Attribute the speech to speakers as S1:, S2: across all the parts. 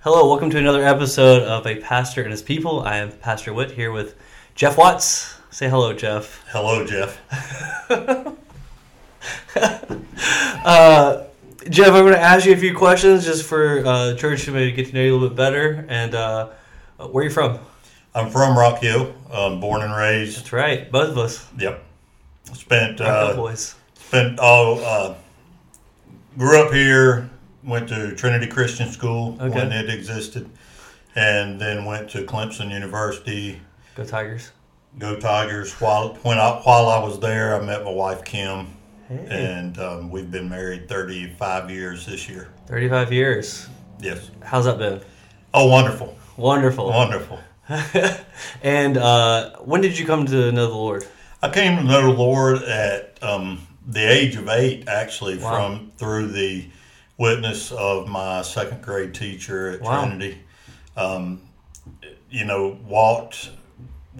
S1: Hello, welcome to another episode of A Pastor and His People. I am Pastor Witt here with Jeff Watts. Say hello, Jeff.
S2: Hello, Jeff.
S1: Uh, Jeff, I'm going to ask you a few questions just for uh, the church to maybe get to know you a little bit better. And uh, where are you from?
S2: I'm from Rock Hill, um, born and raised.
S1: That's right, both of us.
S2: Yep. Spent
S1: Rock Hill
S2: uh,
S1: boys.
S2: spent all uh, grew up here. Went to Trinity Christian School when
S1: Okay.
S2: it existed, and then went to Clemson University.
S1: Go Tigers.
S2: Go Tigers! While when I, while I was there, I met my wife Kim,
S1: Hey.
S2: and um, we've been married 35 years this year.
S1: 35 years.
S2: Yes.
S1: How's that been?
S2: Oh, wonderful,
S1: Wonderful.
S2: wonderful.
S1: and uh, when did you come to know the Lord?
S2: I came to know the Lord at um, the age of eight, actually,
S1: Wow.
S2: from through the witness of my second grade teacher at
S1: Wow.
S2: Trinity. Um, you know, walked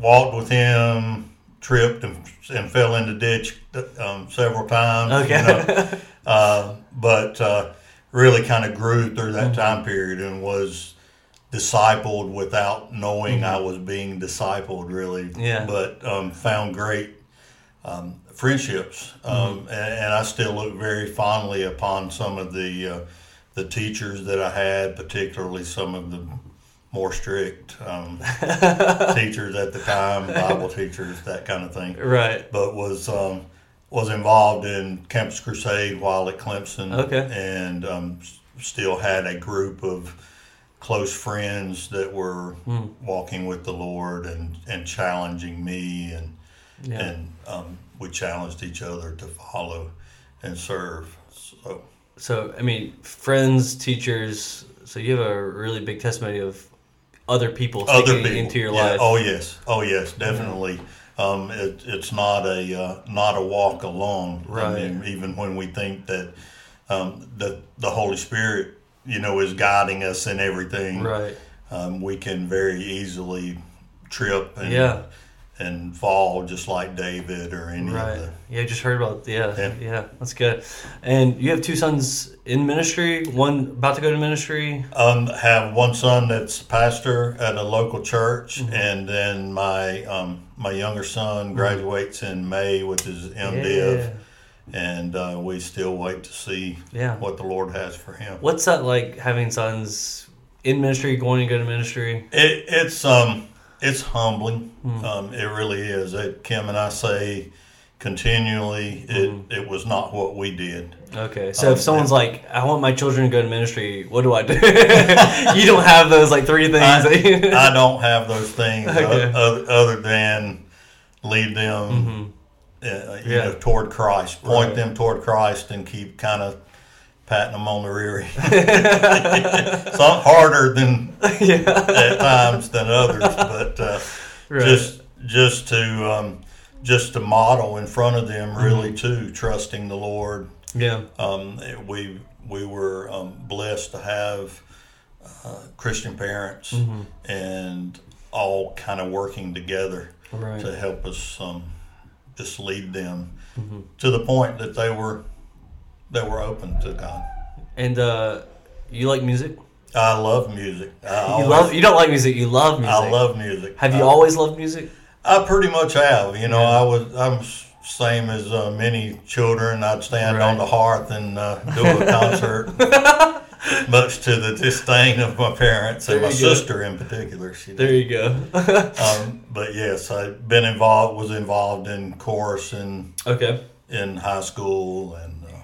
S2: walked with him, tripped and, and fell in the ditch um, several times. you
S1: Okay.
S2: know. Uh, but uh, really kind of grew through that time period and was discipled without knowing I was being discipled, really.
S1: Yeah.
S2: But um, found great um, friendships, um, and, and I still look very fondly upon some of the uh, the teachers that I had, particularly some of the more strict um, teachers at the time, Bible teachers, that kind of thing
S1: right.
S2: but was um, was involved in Campus Crusade while at Clemson.
S1: Okay.
S2: and um, s- still had a group of close friends that were
S1: Hmm.
S2: walking with the Lord and, and challenging me, and
S1: Yeah.
S2: and um, we challenged each other to follow and serve. So
S1: So, I mean, friends, teachers. So you have a really big testimony of other people
S2: other
S1: sticking
S2: people
S1: into your
S2: Yeah.
S1: life.
S2: Oh yes, oh yes, definitely. Um, it, it's not a uh, not a walk alone.
S1: Right.
S2: I mean, even when we think that um, the the Holy Spirit, you know, is guiding us in everything,
S1: Right.
S2: um, we can very easily trip and
S1: Yeah.
S2: and fall just like David or any of
S1: Right.
S2: the.
S1: Yeah, just heard about yeah, yeah.
S2: Yeah.
S1: that's good. And you have two sons in ministry, one about to go to ministry.
S2: Um, have one son that's pastor at a local church,
S1: Mm-hmm.
S2: and then my um, my younger son graduates in May with his MDiv.
S1: Yeah.
S2: and uh, we still wait to see
S1: Yeah.
S2: what the Lord has for him.
S1: What's that like having sons in ministry, going to go to ministry?
S2: It, it's um, it's humbling.
S1: Mm.
S2: Um, it really is. It, Kim and I say continually, it
S1: Mm.
S2: it was not what we did.
S1: Okay.
S2: Um,
S1: So if someone's like, I want my children to go to ministry, what do I do? you don't have those like three things.
S2: I,
S1: that you-
S2: I don't have those things o-
S1: Okay.
S2: o- other than lead them, uh, you
S1: Mm-hmm. Yeah.
S2: know, toward Christ. Point
S1: Right.
S2: them toward Christ and keep kind of patting them on the rear. end. it's not harder than
S1: yeah.
S2: at times than others, but uh,
S1: Right.
S2: just just to um, just to model in front of them, really
S1: Mm-hmm.
S2: too, trusting the Lord.
S1: Yeah.
S2: Um, it- we we were um, blessed to have uh, Christian parents
S1: Mm-hmm.
S2: and all kind of working together
S1: Right.
S2: to help us um, just lead them
S1: Mm-hmm.
S2: to the point that they were they were open to God.
S1: And uh, you like music?
S2: I love music. I
S1: You
S2: always-
S1: love you don't like music. You love music.
S2: I love music.
S1: Have you
S2: I-
S1: always loved music?
S2: I pretty much have. You know,
S1: Yeah.
S2: I was I'm s- same as uh, many children. I'd stand
S1: Right.
S2: on the hearth and uh, do a concert, much to the disdain of my parents and
S1: There
S2: my
S1: you go.
S2: sister in particular. She,
S1: There you go.
S2: um, but yes, I've been involved. Was involved in chorus in
S1: okay.
S2: in high school and uh,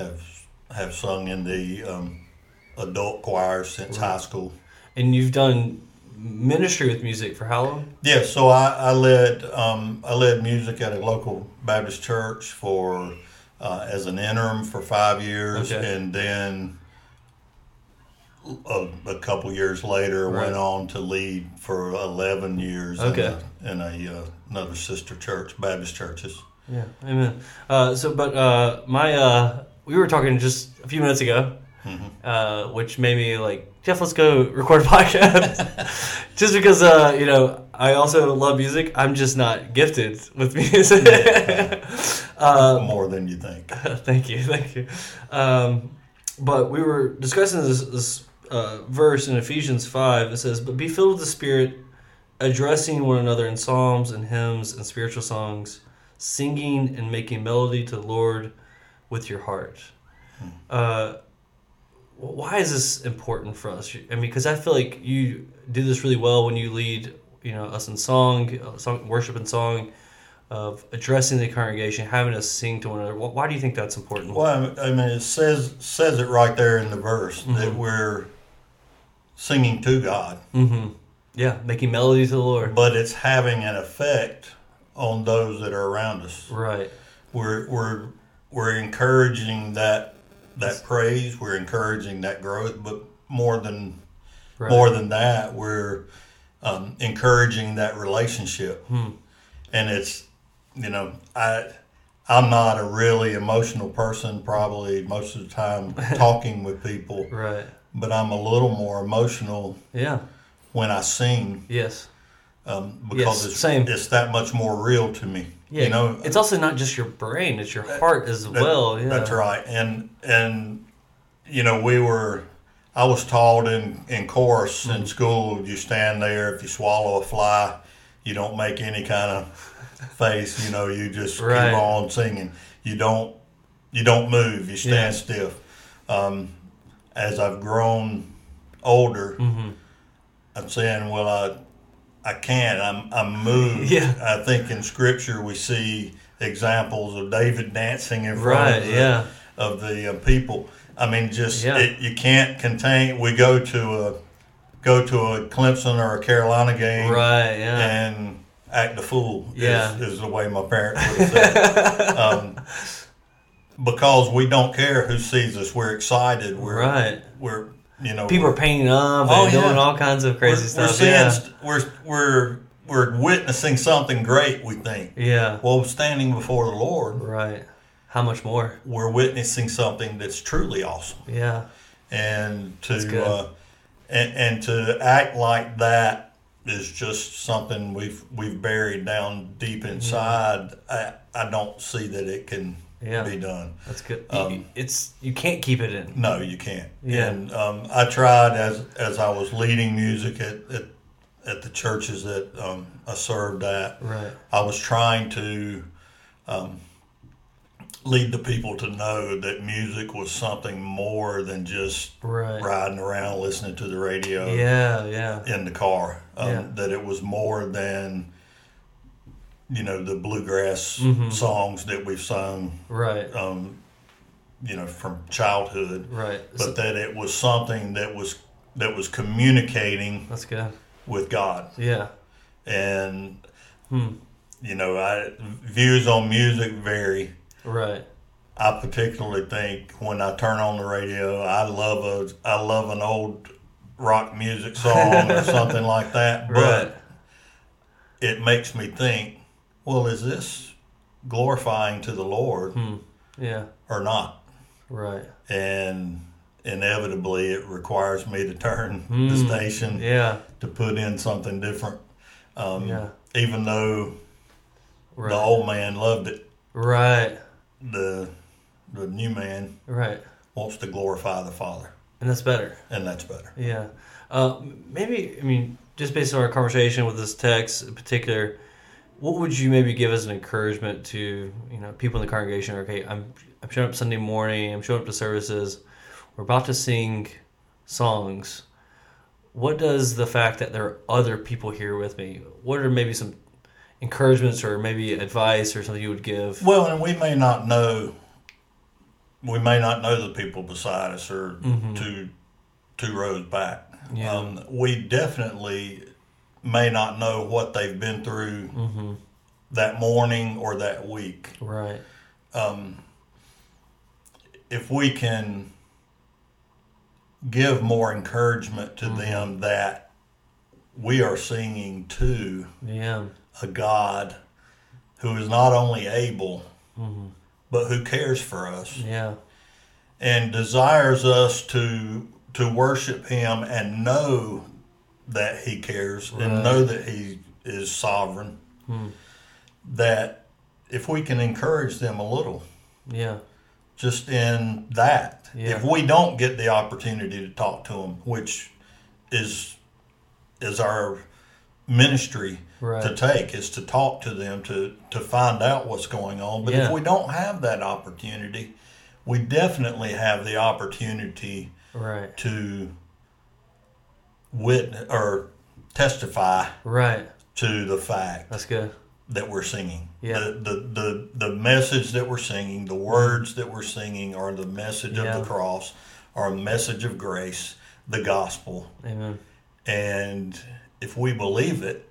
S2: have have sung in the um, adult choir since high school.
S1: And you've done ministry with music for how long?
S2: Yeah, so I, I led um, I led music at a local Baptist church for uh, as an interim for five years,
S1: Okay.
S2: and then a, a couple years later
S1: Right.
S2: went on to lead for eleven years
S1: Okay.
S2: in a, in a uh, another sister church, Baptist churches.
S1: Yeah. Amen. Uh, so, but uh, my uh, we were talking just a few minutes ago, uh, which made me like Jeff, let's go record a podcast. just because uh, you know I also love music. I'm just not gifted with music. uh,
S2: More than you think.
S1: thank you, thank you. Um, but we were discussing this, this uh, verse in Ephesians 5. It says, But be filled with the Spirit, addressing one another in psalms and hymns and spiritual songs, singing and making melody to the Lord with your heart. Uh, why is this important for us? I mean, because I feel like you do this really well when you lead, you know, us in song, uh, song worship and song, of addressing the congregation, having us sing to one another. Wh- Why do you think that's important?
S2: Well, I mean, it says says it right there in the verse that
S1: Mm-hmm.
S2: we're singing to God,
S1: Yeah, making melody to the Lord.
S2: but it's having an effect on those that are around us.
S1: Right.
S2: We're we're we're encouraging that that praise. We're encouraging that growth, but more than
S1: Right.
S2: more than that, we're um, encouraging that relationship.
S1: Hmm.
S2: And it's you know I. I'm not a really emotional person, probably most of the time talking with people.
S1: Right.
S2: but I'm a little more emotional
S1: Yeah.
S2: when I sing
S1: Yes.
S2: um,
S1: Yes,
S2: because it's,
S1: same.
S2: it's that much more real to me.
S1: Yeah.
S2: you know,
S1: it's also not just your brain; it's your heart as
S2: that-
S1: well. Yeah.
S2: that's right. And and you know, we were. I was taught in in chorus
S1: Mm-hmm.
S2: in school. You stand there. If you swallow a fly, you don't make any kind of face. You know, you just
S1: Right.
S2: keep on singing. You don't you don't move. You stand
S1: Yeah.
S2: stiff. Um, as I've grown older,
S1: Mm-hmm.
S2: I'm saying, well, I I can. I'm I'm moved.
S1: Yeah.
S2: I think in Scripture we see examples of David dancing in front
S1: Right.
S2: of the,
S1: Yeah.
S2: of the uh, people. I mean, just
S1: Yeah.
S2: it, you can't contain. We go to a go to a Clemson or a Carolina game
S1: Right. Yeah.
S2: uh, and act a fool. is-
S1: Yeah.
S2: is, the way my parents would have said. it. um, because we don't care who sees us. We're excited. We're
S1: right.
S2: we're you know
S1: People
S2: we're-
S1: are painting up and
S2: Oh, yeah.
S1: doing all kinds of crazy
S2: we're,
S1: stuff.
S2: We're, seeing,
S1: yeah.
S2: st- we're we're we're witnessing something great. We think.
S1: yeah.
S2: Well, standing before the Lord,
S1: Right. How much more?
S2: we're witnessing something that's truly awesome.
S1: Yeah.
S2: and
S1: good.
S2: to uh, and, and to act like that is just something we've we've buried down deep
S1: Mm-hmm.
S2: inside. I I don't see that it can
S1: Yeah.
S2: be done.
S1: That's good.
S2: Um,
S1: it's you can't keep it in.
S2: No, you can't.
S1: Yeah.
S2: And um, I tried as as I was leading music at at, at the churches that um, I served at.
S1: Right.
S2: I was trying to um, lead the people to know that music was something more than just
S1: Right.
S2: riding around listening to the radio
S1: Yeah. Yeah.
S2: in the car. Um,
S1: Yeah.
S2: That it was more than, you know, the bluegrass
S1: Mm-hmm.
S2: songs that we've sung,
S1: Right.
S2: um, you know, from childhood,
S1: Right. So-
S2: but that it was something that was that was communicating
S1: that's good.
S2: with God
S1: Yeah.
S2: and.
S1: Hmm.
S2: You know, I views on music vary.
S1: Right.
S2: I particularly think when I turn on the radio, I love a I love an old rock music song or something like that.
S1: Right.
S2: But it makes me think, well, is this glorifying to the Lord
S1: Hmm. Yeah.
S2: or not?
S1: Right.
S2: And inevitably, it requires me to turn the station
S1: Hmm. Yeah.
S2: to put in something different. Um,
S1: Yeah.
S2: Even though
S1: Right.
S2: the old man loved it,
S1: Right.
S2: the the new man
S1: Right.
S2: wants to glorify the Father,
S1: And that's better.
S2: and that's better.
S1: Yeah. Uh, m- maybe, I mean, just based on our conversation with this text in particular, what would you maybe give as an encouragement to, you know, people in the congregation? Okay, I'm, I'm showing up Sunday morning, I'm showing up to services, we're about to sing songs. What does the fact that there are other people here with me, what are maybe some encouragements or maybe advice or something you would give?
S2: Well, and we may not know. We may not know the people beside us or
S1: Mm-hmm.
S2: two two rows back.
S1: Yeah.
S2: Um, we definitely may not know what they've been through that morning or that week.
S1: Right.
S2: If we can give more encouragement to them that we are singing to
S1: Yeah.
S2: a God who is not only able, but who cares for us.
S1: Yeah.
S2: and desires us to to worship him and know that he cares and know that he is sovereign that if we can encourage them a little
S1: Yeah.
S2: just in that.
S1: Yeah.
S2: If we don't get the opportunity to talk to them, which is is our ministry to
S1: Right.
S2: take is to talk to them to to find out what's going on. But
S1: Yeah.
S2: if we don't have that opportunity, we definitely have the opportunity
S1: Right.
S2: to witness or testify
S1: Right.
S2: to the fact
S1: That's good.
S2: that we're singing.
S1: Yeah.
S2: The, the, the, the message that we're singing, the words that we're singing are the message
S1: Yeah.
S2: of the cross, are a message of grace, the gospel.
S1: Amen.
S2: And if we believe it,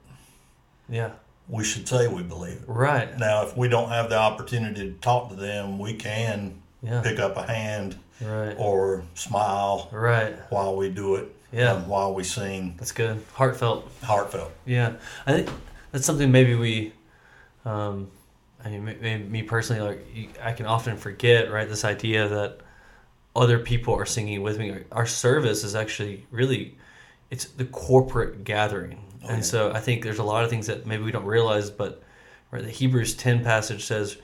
S1: Yeah.
S2: we should say we believe it.
S1: Right.
S2: Now, if we don't have the opportunity to talk to them, we can
S1: Yeah.
S2: pick up a hand
S1: Right.
S2: or smile
S1: Right.
S2: while we do it
S1: Yeah.
S2: and while we sing
S1: That's good. Heartfelt.
S2: heartfelt.
S1: Yeah, I think that's something maybe we, um, I mean, may- may- me personally, like you- I can often forget, right? This idea that other people are singing with me. Our service is actually really, it's the corporate gathering, and so I think there's a lot of things that maybe we don't realize, but right, the Hebrews ten passage says.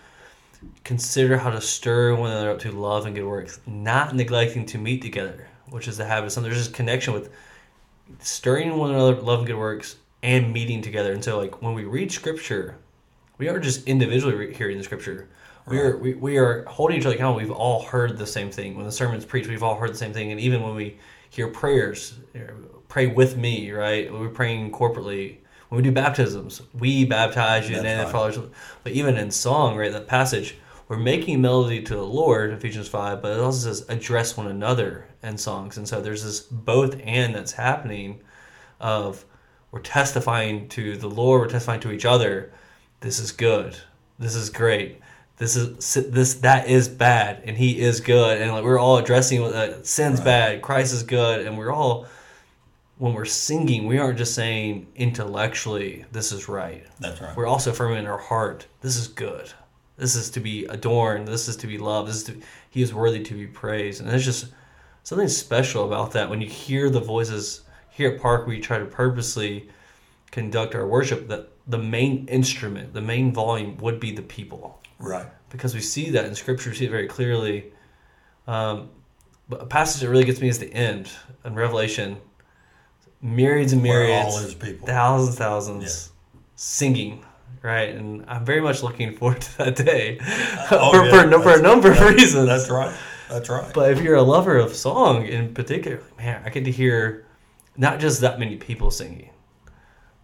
S1: Consider how to stir one another up to love and good works, not neglecting to meet together, which is the habit. So there's this connection with stirring one another with love and good works and meeting together and so like when we read scripture we aren't just individually re- hearing the scripture we are we, we are holding each other accountable we've all heard the same thing when the sermon's preached we've all heard the same thing and even when we hear prayers you know, pray with me right when we're praying corporately when we do baptisms we baptize you in the name of the
S2: That's
S1: Father, but even in song right that passage we're making melody to the Lord, Ephesians 5, but it also says address one another in songs. And so there's this both and that's happening of we're testifying to the Lord, we're testifying to each other. This is good. This is great. This is this that is bad, and He is good. And like we're all addressing what uh, sin's bad, Christ is good, and we're all when we're singing, we aren't just saying intellectually this is right.
S2: That's right.
S1: We're also affirming in our heart this is good. This is to be adorned. This is to be loved. This is to, he is worthy to be praised. And there's just something special about that when you hear the voices here at Park. We try to purposely conduct our worship that the main instrument, the main volume, would be the people
S2: right.
S1: because we see that in scripture, we see it very clearly. Um, but a passage that really gets me is the end in Revelation. Myriads and
S2: Where
S1: myriads,
S2: all his people.
S1: thousands, thousands, singing, right? And I'm very much looking forward to that day
S2: oh,
S1: for,
S2: yeah,
S1: for, a num- for a
S2: that's-
S1: number of
S2: that's-
S1: reasons.
S2: That's right. That's right.
S1: But if you're a lover of song in particular, man, I get to hear not just that many people singing,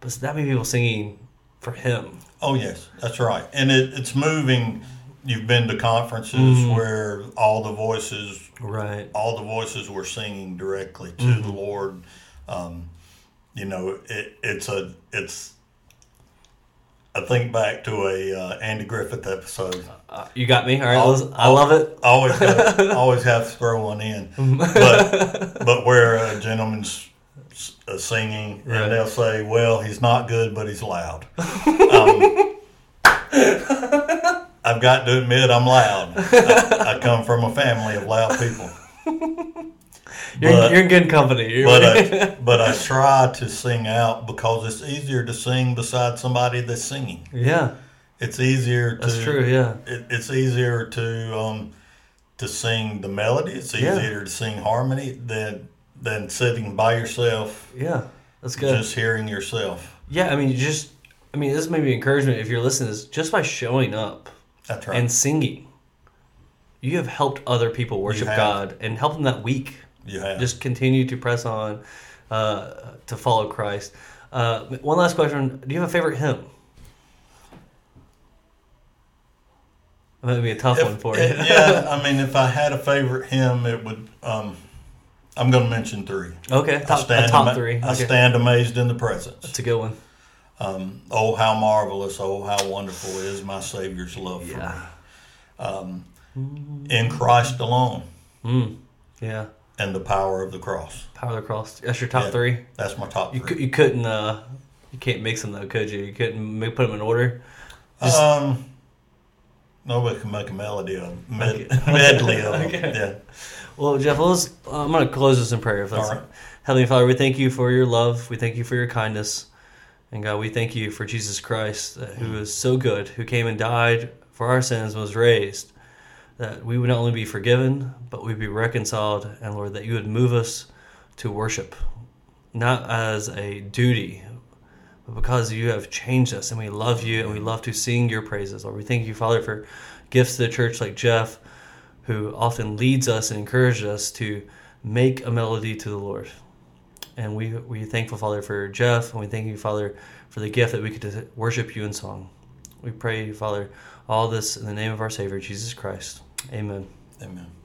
S1: but that many people singing for him.
S2: Oh yes, that's right. And it, it's moving. You've been to conferences where all the voices,
S1: Right.
S2: all the voices were singing directly to the Lord. Um, you know, it, it's a it's. I think back to a uh, Andy Griffith episode.
S1: Uh, you got me. All right,
S2: I'll-
S1: listen, I love it.
S2: I always have, I always have to throw one in, but but where a gentleman's s- uh, singing
S1: Right.
S2: and they'll say, "Well, he's not good, but he's loud." Um, I've got to admit, I'm loud. I, I come from a family of loud people,
S1: You're,
S2: But-
S1: you're in good company. You're-
S2: but uh, I, but I try to sing out because it's easier to sing beside somebody that's singing.
S1: yeah,
S2: It's easier to
S1: that's true. Yeah,
S2: it, it's easier to um, to sing the melody. It's
S1: Yeah.
S2: easier to sing harmony than than sitting by yourself,
S1: yeah, that's good.
S2: just hearing yourself.
S1: yeah, I mean, you just, I mean, this may be encouragement if you're listening. to This just by showing up
S2: That's right.
S1: and singing, you have helped other people worship
S2: have.
S1: God and help them that week.
S2: you have
S1: Just continue to press on uh, to follow Christ. Uh, one last question: Do you have a favorite hymn? That might be a tough one for you.
S2: If- yeah, I mean, if I had a favorite hymn, it would. Um, I'm going to mention three.
S1: okay,
S2: I
S1: top, a top
S2: ama-
S1: three.
S2: I
S1: okay.
S2: stand amazed in the presence.
S1: That's a good one.
S2: Um, oh, how marvelous! Oh, how wonderful is my Savior's love for
S1: Yeah.
S2: me in Christ alone
S1: Yeah.
S2: and the power of the cross.
S1: Power of the Cross. That's your top
S2: Yeah,
S1: three.
S2: That's my top
S1: You,
S2: three.
S1: cou- you couldn't. Uh, you can't mix them though, could you? You couldn't ma- put them in order. Just-
S2: um, nobody can make a melody of 'em. med-
S1: Okay.
S2: medley of 'em.
S1: Okay.
S2: Yeah,
S1: Well, Jeff, let's, uh, I'm going to close this in prayer. If that's
S2: All right.
S1: Heavenly Father, we thank you for your love. We thank you for your kindness, and God, we thank you for Jesus Christ, uh, who is so good, who came and died for our sins, was raised, that we would not only be forgiven, but we'd be reconciled, and Lord, that you would move us to worship, not as a duty, but because you have changed us and we love you and we love to sing your praises. Lord, we thank you, Father, for gifts to the church like Jeff, who often leads us and encourages us to make a melody to the Lord. And we we thankful, Father, for Jeff, and we thank you, Father, for the gift that we could to worship you in song. We pray, Father, all this in the name of our Savior Jesus Christ. Amen.
S2: Amen.